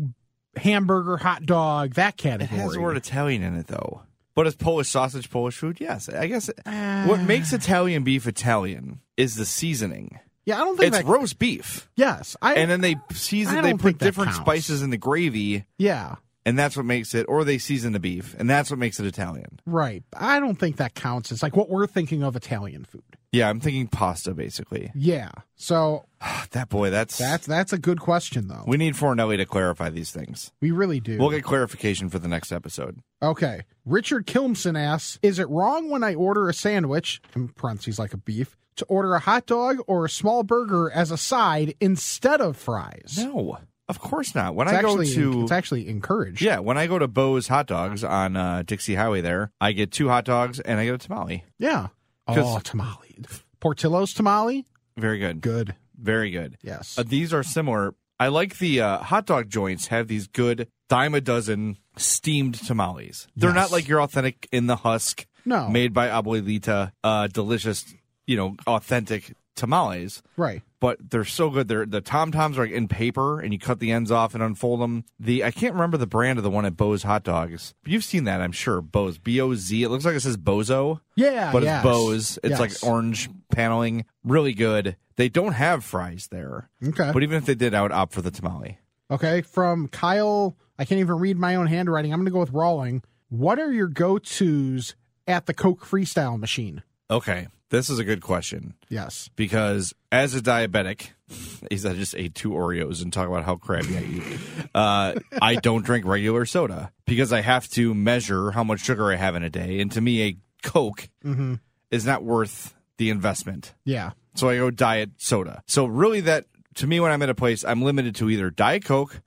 G: hamburger, hot dog, that
H: it
G: category.
H: has the word Italian in it though. But is Polish sausage Polish food? Yes, I guess. it-
G: Uh.
H: what makes Italian beef Italian is the seasoning.
G: yeah, I don't think that.
H: It's roast beef.
G: yes, I
H: and then they season
G: I
H: they
G: don't
H: put
G: think that
H: different
G: counts.
H: spices in the gravy
G: yeah,
H: and that's what makes it or they season the beef and that's what makes it italian
G: right. I don't think that counts. It's like what we're thinking of Italian food.
H: yeah i'm thinking pasta basically Ah,
G: Yeah, so
H: that boy that's
G: that's that's a good question though.
H: we need Fornelli to clarify these things
G: We really do.
H: we'll get clarification for the next episode
G: Okay. Richard Kilmson asks, is it wrong when I order a sandwich, in parentheses like a beef, to order a hot dog or a small burger as a side instead of fries?
H: no of course not when
G: It's
H: i go
G: actually,
H: to
G: it's actually encouraged.
H: yeah when i go to bo's hot dogs on uh, dixie highway there i get two hot dogs and i get a tamale
G: Yeah.
H: 'Cause-
G: Oh, tamale. Portillo's tamale?
H: very good
G: Good.
H: very good
G: Yes.
H: Uh, these are similar. I like the uh, hot dog joints have these good dime a dozen steamed tamales. They're not
G: Yes.
H: like your authentic in the husk,
G: No.
H: made by Abuelita, uh, delicious, you know, authentic tamales.
G: right.
H: But they're so good. They're the tom toms are like in paper, and you cut the ends off and unfold them. The I can't remember the brand of the one at Bo's Hot Dogs. You've seen that, I'm sure. Bo's B O Z. It looks like it says Bozo
G: Yeah.
H: but
G: yes.
H: it's Bose. It's
G: Yes.
H: like orange paneling, really good. They don't have fries there.
G: Okay.
H: But even if they did, I would opt for the tamale.
G: Okay. From Kyle, I can't even read my own handwriting. I'm going to go with Rawling. What are your go tos at the Coke Freestyle machine?
H: Okay, this is a good question
G: Yes.
H: because as a diabetic, is I just ate two Oreos and talk about how crabby I eat. Uh, I don't drink regular soda because I have to measure how much sugar I have in a day, and to me, a Coke is not worth the investment.
G: Yeah.
H: So I go diet soda. So really, that to me, when I'm at a place, I'm limited to either diet Coke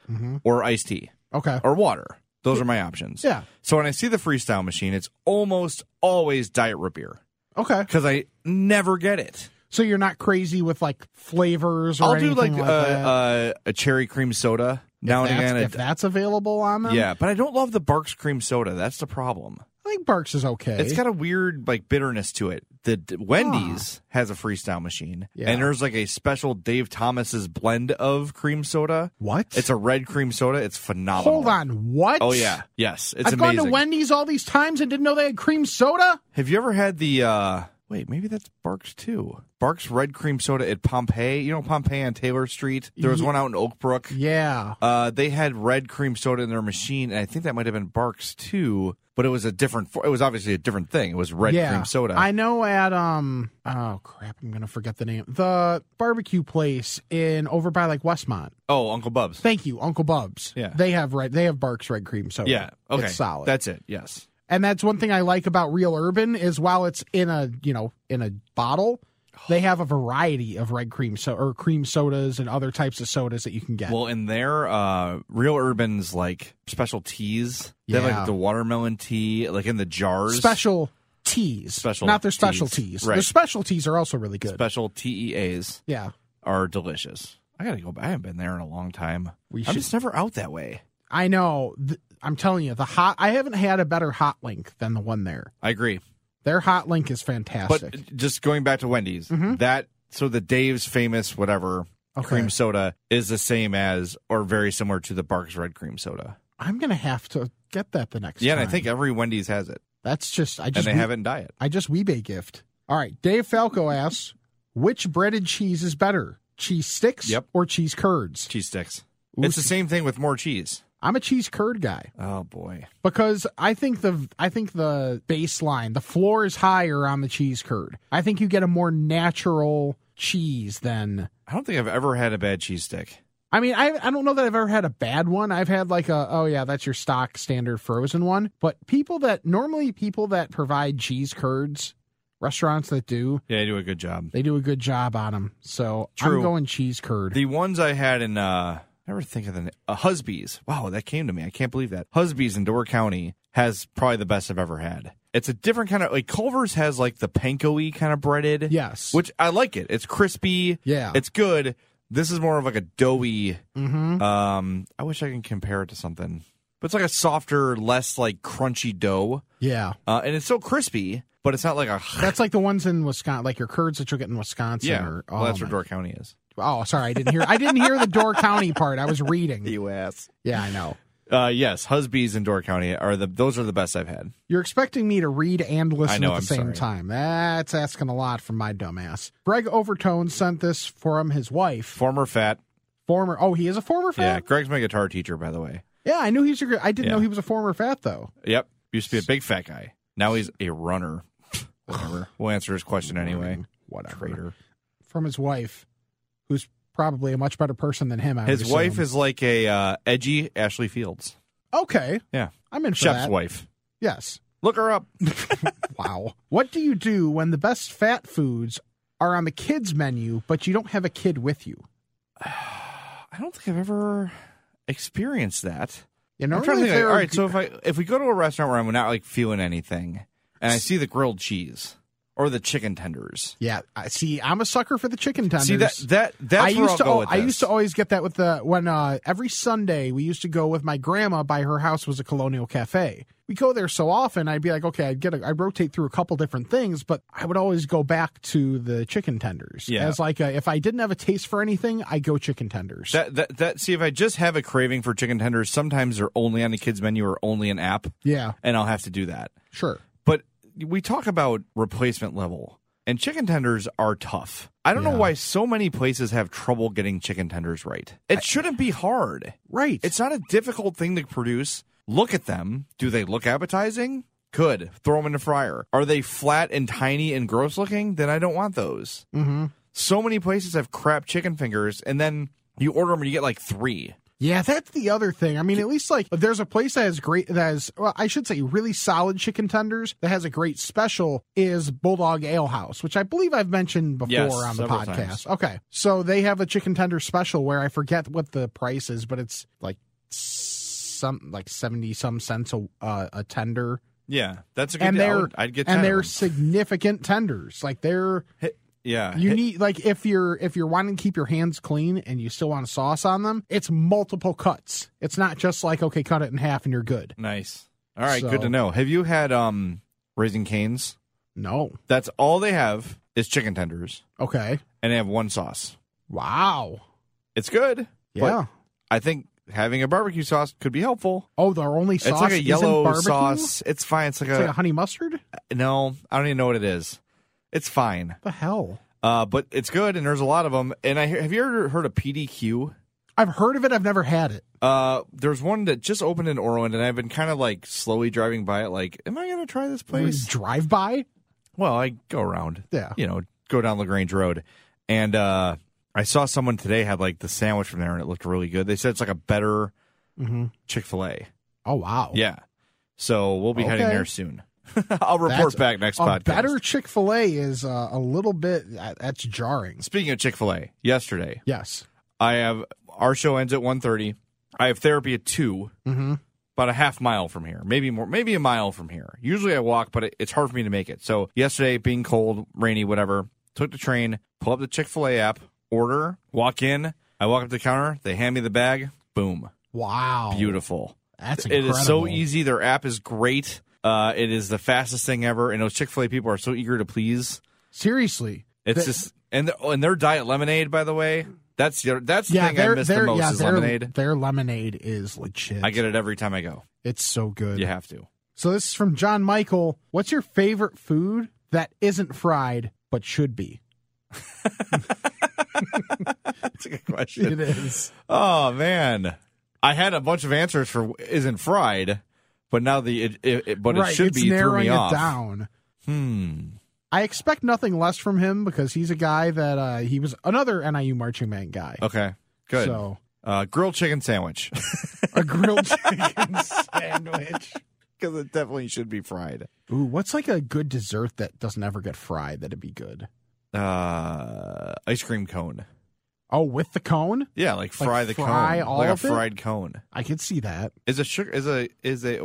H: or iced tea.
G: Okay.
H: or water. Those are my options.
G: Yeah.
H: So when I see the freestyle machine, it's almost always diet root beer
G: Okay.
H: because I never get it.
G: So you're not crazy with like flavors or
H: I'll do
G: anything
H: like,
G: like,
H: uh,
G: that.
H: uh, a cherry cream soda now and
G: That's-
H: again.
G: if that's available on them.
H: yeah, but I don't love the Barks cream soda. That's the problem.
G: I think Barks is okay.
H: It's got a weird like bitterness to it. The d- Wendy's has a freestyle machine,
G: Ah. Yeah.
H: and there's like a special Dave Thomas's blend of cream soda.
G: what?
H: It's a red cream soda. It's phenomenal.
G: hold on. What?
H: Oh yeah, yes, it's
G: I've
H: amazing.
G: gone to Wendy's all these times and didn't know they had cream soda.
H: Have you ever had the? uh Wait, maybe that's Barks too. Barks red cream soda at Pompeii. You know Pompeii on Taylor Street. There was one out in Oak Brook.
G: Yeah.
H: Uh, they had red cream soda in their machine, and I think that might have been Barks too. But it was a different. fo- It was obviously a different thing. It was red
G: yeah.
H: cream soda.
G: I know at um oh crap, I'm gonna forget the name. The barbecue place in over by like Westmont.
H: oh, Uncle Bub's.
G: Thank you, Uncle Bub's.
H: Yeah.
G: They have red they have Barks red cream soda.
H: yeah. Okay.
G: It's solid.
H: That's it. Yes.
G: and that's one thing I like about Real Urban is while it's in a you know in a bottle, they have a variety of red cream so or cream sodas and other types of sodas that you can get.
H: Well, in their uh, real urban's like special teas. They have
G: Yeah.
H: like the watermelon tea, like in the jars.
G: special teas,
H: Special
G: not their
H: teas.
G: specialties.
H: Right.
G: Their specialties are also really good.
H: special TEAs.
G: yeah,
H: are delicious. I gotta go. back. I haven't been there in a long time.
G: We
H: I'm
G: should-
H: just never out that way.
G: I know. Th- I'm telling you, the hot. I haven't had a better hot link than the one there.
H: I agree.
G: Their hot link is
H: But uh,
G: fantastic.
H: just going back to Wendy's,
G: Mhm.
H: that so the Dave's famous whatever
G: Okay.
H: cream soda is the same as or very similar to the Barks Red cream soda.
G: I'm gonna have to get that the next.
H: yeah,
G: time.
H: and I think every Wendy's has it,
G: that's just. I
H: and
G: just.
H: they
G: we-
H: have it in diet.
G: I just WeBay gift. All right. Dave Falco asks, which breaded cheese is better, cheese sticks
H: Yep.
G: or cheese curds?
H: Cheese sticks.
G: Ooh,
H: It's the same thing with more cheese.
G: I'm a cheese curd guy
H: Oh boy.
G: because I think the I think the baseline, the floor is higher on the cheese curd. I think you get a more natural cheese than
H: I don't think I've ever had a bad cheese stick.
G: I mean, I I don't know that I've ever had a bad one. I've had like a oh yeah, that's your stock standard frozen one. But people that normally people that provide cheese curds, restaurants that do,
H: Yeah, I do a good job.
G: they do a good job on them. So
H: True.
G: I'm going cheese curd.
H: The ones I had in uh I never think of the name uh, Husby's. Wow, that came to me. I can't believe that. Husby's in Door County has probably the best I've ever had. It's a different kind of like Culver's has like the panko-y kind of breaded.
G: Yes.
H: Which I like it. It's crispy.
G: Yeah.
H: It's good. This is more of like a doughy
G: mm-hmm.
H: um I wish I can compare it to something. But it's like a softer, less like crunchy dough.
G: Yeah.
H: Uh and it's still crispy, but it's not like a
G: That's like the ones in Wisconsin, like your curds that you'll get in Wisconsin.
H: yeah.
G: Or, oh,
H: well, that's where
G: my-
H: Door County is.
G: oh, sorry, I didn't hear. I didn't hear the Door County part. I was reading.
H: US.
G: Yeah, I know.
H: Uh, yes, Husby's in Door County are the those are the best I've had.
G: You're expecting me to read and listen
H: I know,
G: at the
H: I'm
G: same
H: sorry.
G: time. That's asking a lot from my dumbass. Greg Overtone sent this from his wife.
H: Former fat.
G: Former. Oh, he is a former
H: Yeah,
G: fat.
H: Greg's my guitar teacher, by the way.
G: Yeah, I knew he's a. gr- I didn't
H: Yeah.
G: know he was a former fat though.
H: Yep, used to be a big fat guy. Now he's a runner. Whatever. We'll answer his question anyway.
G: Whatever.
H: Traitor.
G: From his wife, who's probably a much better person than him. I
H: His
G: would
H: wife
G: assume.
H: is like a uh, edgy Ashley Fields.
G: okay.
H: Yeah,
G: I'm in for
H: chef's
G: that.
H: wife.
G: Yes.
H: Look her up.
G: Wow. What do you do when the best fat foods are on the kids menu, but you don't have a kid with you?
H: I don't think I've ever experienced that.
G: You
H: I'm
G: know,
H: trying to think. Like, all right, so if I if we go to a restaurant where I'm not like feeling anything, and I see the grilled cheese or the chicken tenders,
G: yeah, I see. I'm a sucker for the chicken tenders.
H: see that that that's
G: I
H: where
G: used
H: I'll
G: to.
H: go with
G: I used
H: this.
G: to always get that with the when uh, every Sunday we used to go with my grandma. By her house was a colonial cafe. We go there so often. I'd be like, okay, I'd get. A, I'd rotate through a couple different things, but I would always go back to the chicken tenders.
H: Yeah.
G: As like a, if I didn't have a taste for anything, I go chicken tenders.
H: That, that that see if I just have a craving for chicken tenders, sometimes they're only on the kids menu or only an app,
G: yeah.
H: and I'll have to do that.
G: Sure.
H: But we talk about replacement level, and chicken tenders are tough. I don't know
G: Yeah.
H: why so many places have trouble getting chicken tenders right. It shouldn't be hard.
G: Right.
H: It's not a difficult thing to produce. Look at them. Do they look appetizing? Could throw them in the fryer. Are they flat and tiny and gross looking? Then I don't want those. Mm-hmm. So many places have crap chicken fingers, and then you order them and you get like three.
G: Yeah, that's the other thing. I mean, at least like there's a place that has great that has well, I should say really solid chicken tenders that has a great special is Bulldog Ale House, which I believe I've mentioned before
H: Yes,
G: on the
H: several
G: podcast.
H: times.
G: Okay. So they have a chicken tender special where I forget what the price is, but it's like s- some like seventy some cents a uh, a tender,
H: Yeah, that's a good.
G: and
H: deal. I
G: they're
H: would- I'd get 10
G: and
H: of
G: they're
H: them.
G: significant tenders. Like they're
H: yeah.
G: you
H: hit-
G: need like if you're if you're wanting to keep your hands clean and you still want sauce on them, it's multiple cuts. It's not just like okay, cut it in half and you're good.
H: nice. All right,
G: So-
H: good to know. Have you had um raising canes?
G: No,
H: That's all they have is chicken tenders,
G: okay,
H: and they have one sauce.
G: wow,
H: It's good. but
G: yeah.
H: I think having a barbecue sauce could be helpful.
G: oh, their only sauce
H: it's like a
G: isn't
H: yellow
G: barbecue?
H: sauce. uh, It's fine. It's like,
G: It's
H: a,
G: like a honey mustard.
H: no. I don't even know what it is. It's fine,
G: The hell.
H: uh, but it's good, and there's a lot of them. And I hear- have you ever heard of PDQ?
G: I've heard of it. I've never had it.
H: Uh, there's one that just opened in Orland, and I've been kind of like slowly driving by it. Like, am I gonna try this place?
G: Drive by.
H: Well, I go around.
G: Yeah.
H: You know, go down Lagrange Road. And uh I saw someone today had like the sandwich from there and it looked really good. They said it's like a better
G: Mm-hmm.
H: Chick-fil-A.
G: Oh wow.
H: Yeah. So we'll be heading
G: Okay.
H: there soon. I'll report
G: That's-
H: back next
G: a
H: podcast.
G: better Chick Fil A is uh, a little bit. That, that's jarring.
H: Speaking of Chick-fil-A, yesterday
G: Yes.
H: I have our show ends at 1.30. I have therapy at 2.
G: Mhm.
H: About a half mile from here, maybe more, maybe a mile from here. Usually I walk, but it, it's hard for me to make it. So yesterday, being cold, rainy, whatever, took the train, pull up the Chick Fil A app, order, walk in. I walk up to the counter, they hand me the bag, boom,
G: Wow.
H: beautiful.
G: Oh, That's
H: It
G: incredible.
H: is so easy. Their app is great. Uh, it is the fastest thing ever, and those Chick Fil A people are so eager to please.
G: Seriously.
H: It's
G: They-
H: just and the, oh, and their diet lemonade, by the way, that's your that's the
G: yeah.
H: thing I
G: their
H: miss
G: their-
H: the most
G: yeah,
H: is
G: their-
H: lemonade.
G: Their lemonade is legit.
H: I get it every time I go.
G: It's so good.
H: You have to.
G: So this is from John Michael. What's your favorite food that isn't fried but should be?
H: That's a good question.
G: It is.
H: Oh man, I had a bunch of answers for isn't fried, but now the it, it, it- but
G: right.
H: it should
G: it's
H: be threw
G: narrowing
H: me
G: it
H: off.
G: down.
H: Hmm.
G: I expect nothing less from him because he's a guy that uh, he was another NIU marching band guy.
H: Okay. Oh, Good.
G: So
H: Uh, grilled chicken sandwich
G: a grilled chicken sandwich.
H: because it definitely should be fried.
G: Ooh, what's like a good dessert that doesn't ever get fried that'd be good?
H: Uh, ice cream cone.
G: Oh, with the cone?
H: Yeah, like
G: Like
H: fry the
G: fry
H: cone,
G: all
H: like a
G: of it?
H: fried cone.
G: I could see that.
H: Is a sugar is a is a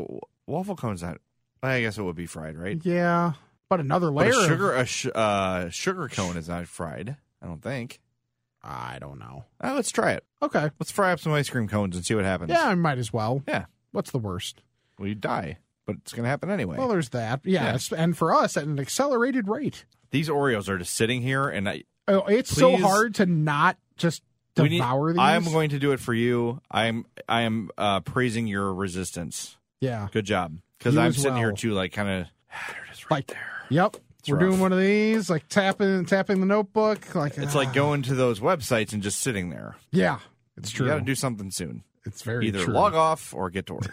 H: waffle cone's not. I guess it would be fried, right?
G: Yeah. But another
H: But
G: layer
H: a
G: of-
H: sugar a sh- uh, sugar cone is not fried. I don't think.
G: I don't know.
H: Uh, let's try it.
G: Okay.
H: Let's fry up some ice cream cones and see what happens.
G: Yeah, I might as well.
H: Yeah.
G: What's the worst?
H: Well, you die, but it's going to happen anyway.
G: Well, there's that. Yes. And for us at an accelerated rate.
H: These Oreos are just sitting here, and I,
G: Oh, it's so
H: Please.
G: hard to not just
H: we need-
G: devour these.
H: I'm going to do it for you. I'm I am uh, praising your resistance.
G: Yeah.
H: Good job, because
G: You
H: I'm
G: as
H: sitting here
G: well.
H: too, like kind of
G: Like Yep.
H: It's
G: We're
H: rough.
G: doing one of these, like tapping tapping the notebook. Like
H: it's
G: ah.
H: like going to those websites and just sitting there.
G: Yeah. It's true.
H: You got to do something soon.
G: it's very
H: Either
G: true.
H: log off or get to work.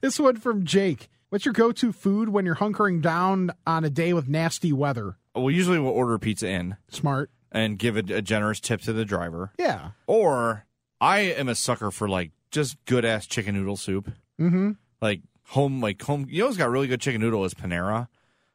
G: This one from Jake. What's your go-to food when you're hunkering down on a day with nasty weather?
H: well, usually we'll order pizza in
G: Smart.
H: and give a, a generous tip to the driver.
G: Yeah.
H: Or I am a sucker for like just good ass chicken noodle soup.
G: Mm-hmm.
H: like home like home you know who's got really good chicken noodle is Panera.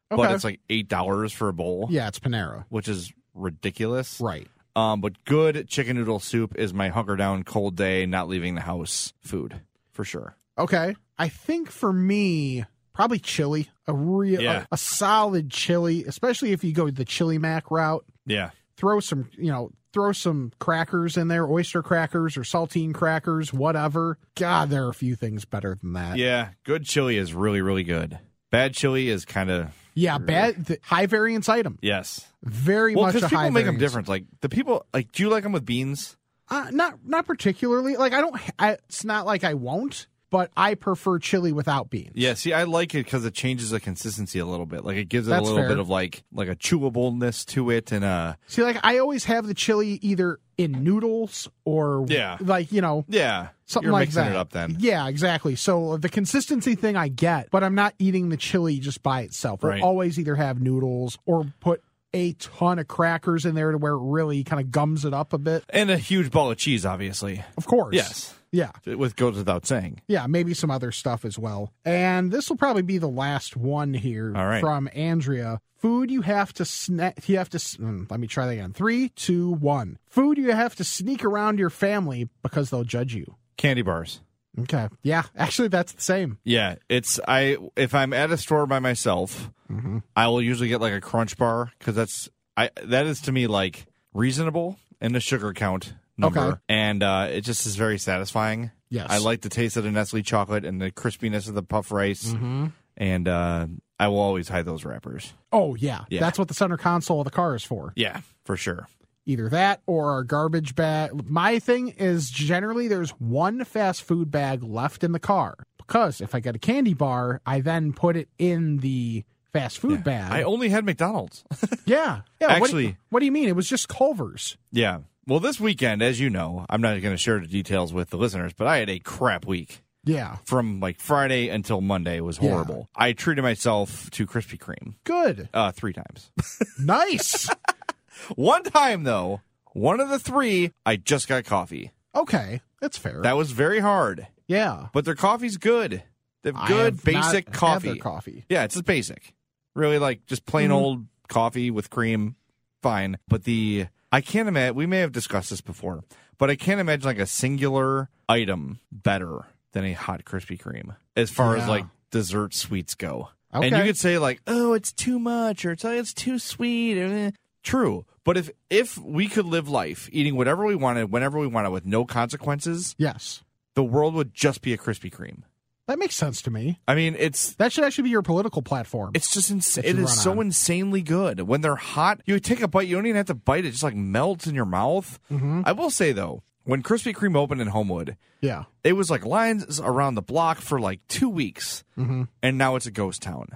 H: But
G: Okay.
H: it's like eight dollars for a bowl.
G: Yeah, it's Panera.
H: Which is ridiculous.
G: Right.
H: Um but good chicken noodle soup is my hunker down cold day, not leaving the house food for sure.
G: Okay. I think for me, probably chili. A real
H: Yeah.
G: a, a solid chili, especially if you go the chili mac route.
H: Yeah.
G: Throw some, you know, throw some crackers in there, oyster crackers or saltine crackers, whatever. God, there are a few things better than that.
H: Yeah. Good chili is really, really good. Bad chili is kind of
G: Yeah, bad the, high variance item.
H: yes.
G: Very
H: Well,
G: much a
H: because
G: high
H: people make them
G: variance.
H: different. Like the people like, do you like them with beans?
G: Uh, not not particularly. Like I don't. I, it's not like I won't, but I prefer chili without beans.
H: Yeah. See, I like it because it changes the consistency a little bit. Like it gives it
G: That's
H: a little
G: fair.
H: bit of like like a chewableness to it and uh
G: See, like I always have the chili either in noodles or
H: Yeah.
G: like you know
H: yeah
G: something
H: you're
G: like
H: mixing
G: that.
H: it up then.
G: Yeah, exactly. So uh, the consistency thing I get, but I'm not eating the chili just by itself.
H: Right.
G: I always either have noodles or put a ton of crackers in there to where it really kind of gums it up a bit.
H: And a huge ball of cheese, obviously.
G: Of course.
H: Yes.
G: Yeah.
H: It with goes without saying.
G: Yeah, maybe some other stuff as well. And this will probably be the last one here
H: All right.
G: from Andrea. Food you have to snack. You have to. s- mm, let me try that again. Three, two, one. Food you have to sneak around your family because they'll judge you.
H: Candy bars.
G: Okay. Yeah. Actually, that's the same.
H: Yeah, it's I if I'm at a store by myself,
G: Mm-hmm.
H: I will usually get like a crunch bar cuz that's I that is to me like reasonable and the sugar count number
G: Okay.
H: and uh it just is very satisfying.
G: Yes.
H: I like the taste of the Nestle chocolate and the crispiness of the puff rice.
G: Mm-hmm.
H: And uh I will always hide those wrappers.
G: Oh, yeah.
H: Yeah.
G: That's what the center console of the car is for.
H: Yeah, for sure.
G: Either that or our garbage bag. My thing is generally there's one fast food bag left in the car because if I get a candy bar, I then put it in the fast food bag.
H: I only had McDonald's.
G: yeah. Yeah. what do you- what do,
H: Actually-
G: you mean? It was just Culver's.
H: yeah. Well, this weekend, as you know, I'm not going to share the details with the listeners, but I had a crap week.
G: Yeah.
H: from like Friday until Monday was
G: Yeah.
H: horrible. I treated myself to Krispy Kreme
G: Good.
H: uh, three times.
G: Nice.
H: one time though, one of the three, I just got coffee.
G: okay. That's fair.
H: That was very hard,
G: yeah.
H: but their coffee's good. They have
G: I
H: good
G: have not
H: basic
G: had their
H: coffee.
G: coffee.
H: Yeah, it's just basic. Really like just plain
G: Mm-hmm.
H: old coffee with cream. Fine. But the I can't imagine we may have discussed this before, but I can't imagine like a singular item better than a hot Krispy Kreme as far
G: Yeah.
H: as like dessert sweets go. And
G: Okay.
H: you could say like, oh, it's too much or it's like it's too sweet. or, eh. True. But if if we could live life eating whatever we wanted, whenever we wanted with no consequences,
G: Yes.
H: the world would just be a Krispy Kreme.
G: That makes sense to me.
H: I mean, it's
G: That should actually be your political platform.
H: It's just insane.
G: that
H: It
G: you
H: is
G: run
H: so
G: on.
H: insanely good. When they're hot, you take a bite. You don't even have to bite it; just like melts in your mouth.
G: Mm-hmm.
H: I will say though, when Krispy Kreme opened in Homewood,
G: yeah.
H: it was like lines around the block for like two weeks,
G: Mm-hmm.
H: and now it's a ghost town.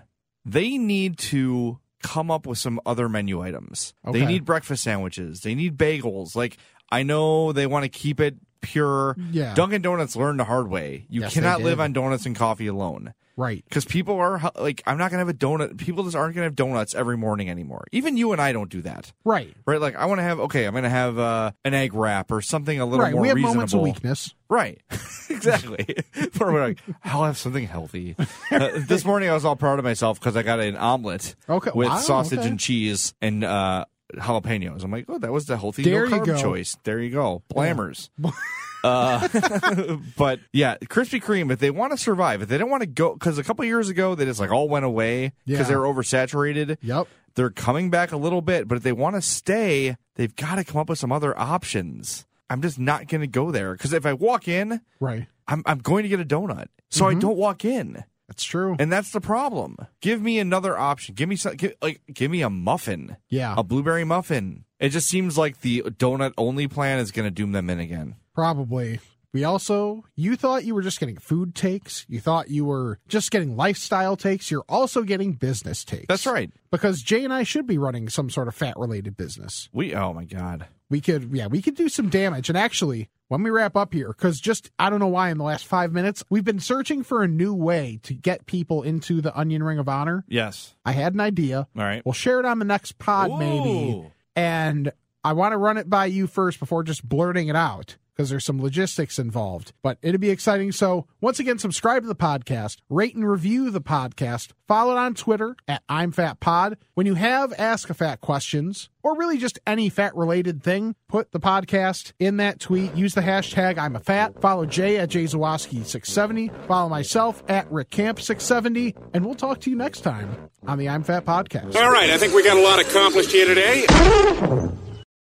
H: They need to come up with some other menu items.
G: Okay.
H: They need breakfast sandwiches. They need bagels. Like I know they want to keep it pure.
G: Yeah.
H: Dunkin' Donuts learned the hard way. You
G: Yes, they
H: cannot live
G: did.
H: on donuts and coffee alone
G: Right.
H: because people are like, I'm not gonna have a donut. People just aren't gonna have donuts every morning anymore. Even you and I don't do that,
G: Right.
H: right? Like, I want to have okay, I'm gonna have uh, an egg wrap or something a little
G: Right.
H: more
G: We have
H: reasonable.
G: moments of weakness.
H: Right, exactly. Where we're like, I'll have something healthy. Uh, this morning, I was all proud of myself because I got an omelet
G: Okay.
H: with
G: Wow,
H: sausage
G: okay.
H: and cheese and uh, jalapenos. I'm like, oh, that was the healthy
G: There you
H: no
G: go.
H: carb choice. There you go, blammers. uh, but yeah, Krispy Kreme. If they want to survive, if they don't want to go, because a couple years ago they just like all went away
G: Yeah.
H: because they were oversaturated.
G: Yep.
H: They're coming back a little bit, but if they want to stay, they've got to come up with some other options. I'm just not going to go there because if I walk in,
G: Right.
H: I'm I'm going to get a donut, so I don't walk in.
G: That's true.
H: And that's the problem. Give me another option. Give me some, give, like, give me a muffin.
G: Yeah.
H: a blueberry muffin. It just seems like the donut only plan is going to doom them in again.
G: Probably. We also, you thought you were just getting food takes. You thought you were just getting lifestyle takes. You're also getting business takes.
H: That's right.
G: Because Jay and I should be running some sort of fat related business.
H: We oh my god.
G: We could, yeah, we could do some damage. And actually, when we wrap up here, because just, I don't know why in the last five minutes, we've been searching for a new way to get people into the Onion Ring of Honor.
H: Yes.
G: I had an idea.
H: All right.
G: We'll share it on the next pod, maybe.
H: Ooh.
G: And I want to run it by you first before just blurting it out because there's some logistics involved. But it'd be exciting. So, once again, subscribe to the podcast, rate and review the podcast, follow it on Twitter at I'm Fat Pod. When you have Ask a Fat questions or really just any fat related thing, put the podcast in that tweet. Use the hashtag I'm a Fat. Follow Jay at Jay Zawoski 670. Follow myself at Rick Camp 670. And we'll talk to you next time on the I'm Fat podcast.
D: All right, I think we got a lot accomplished here today.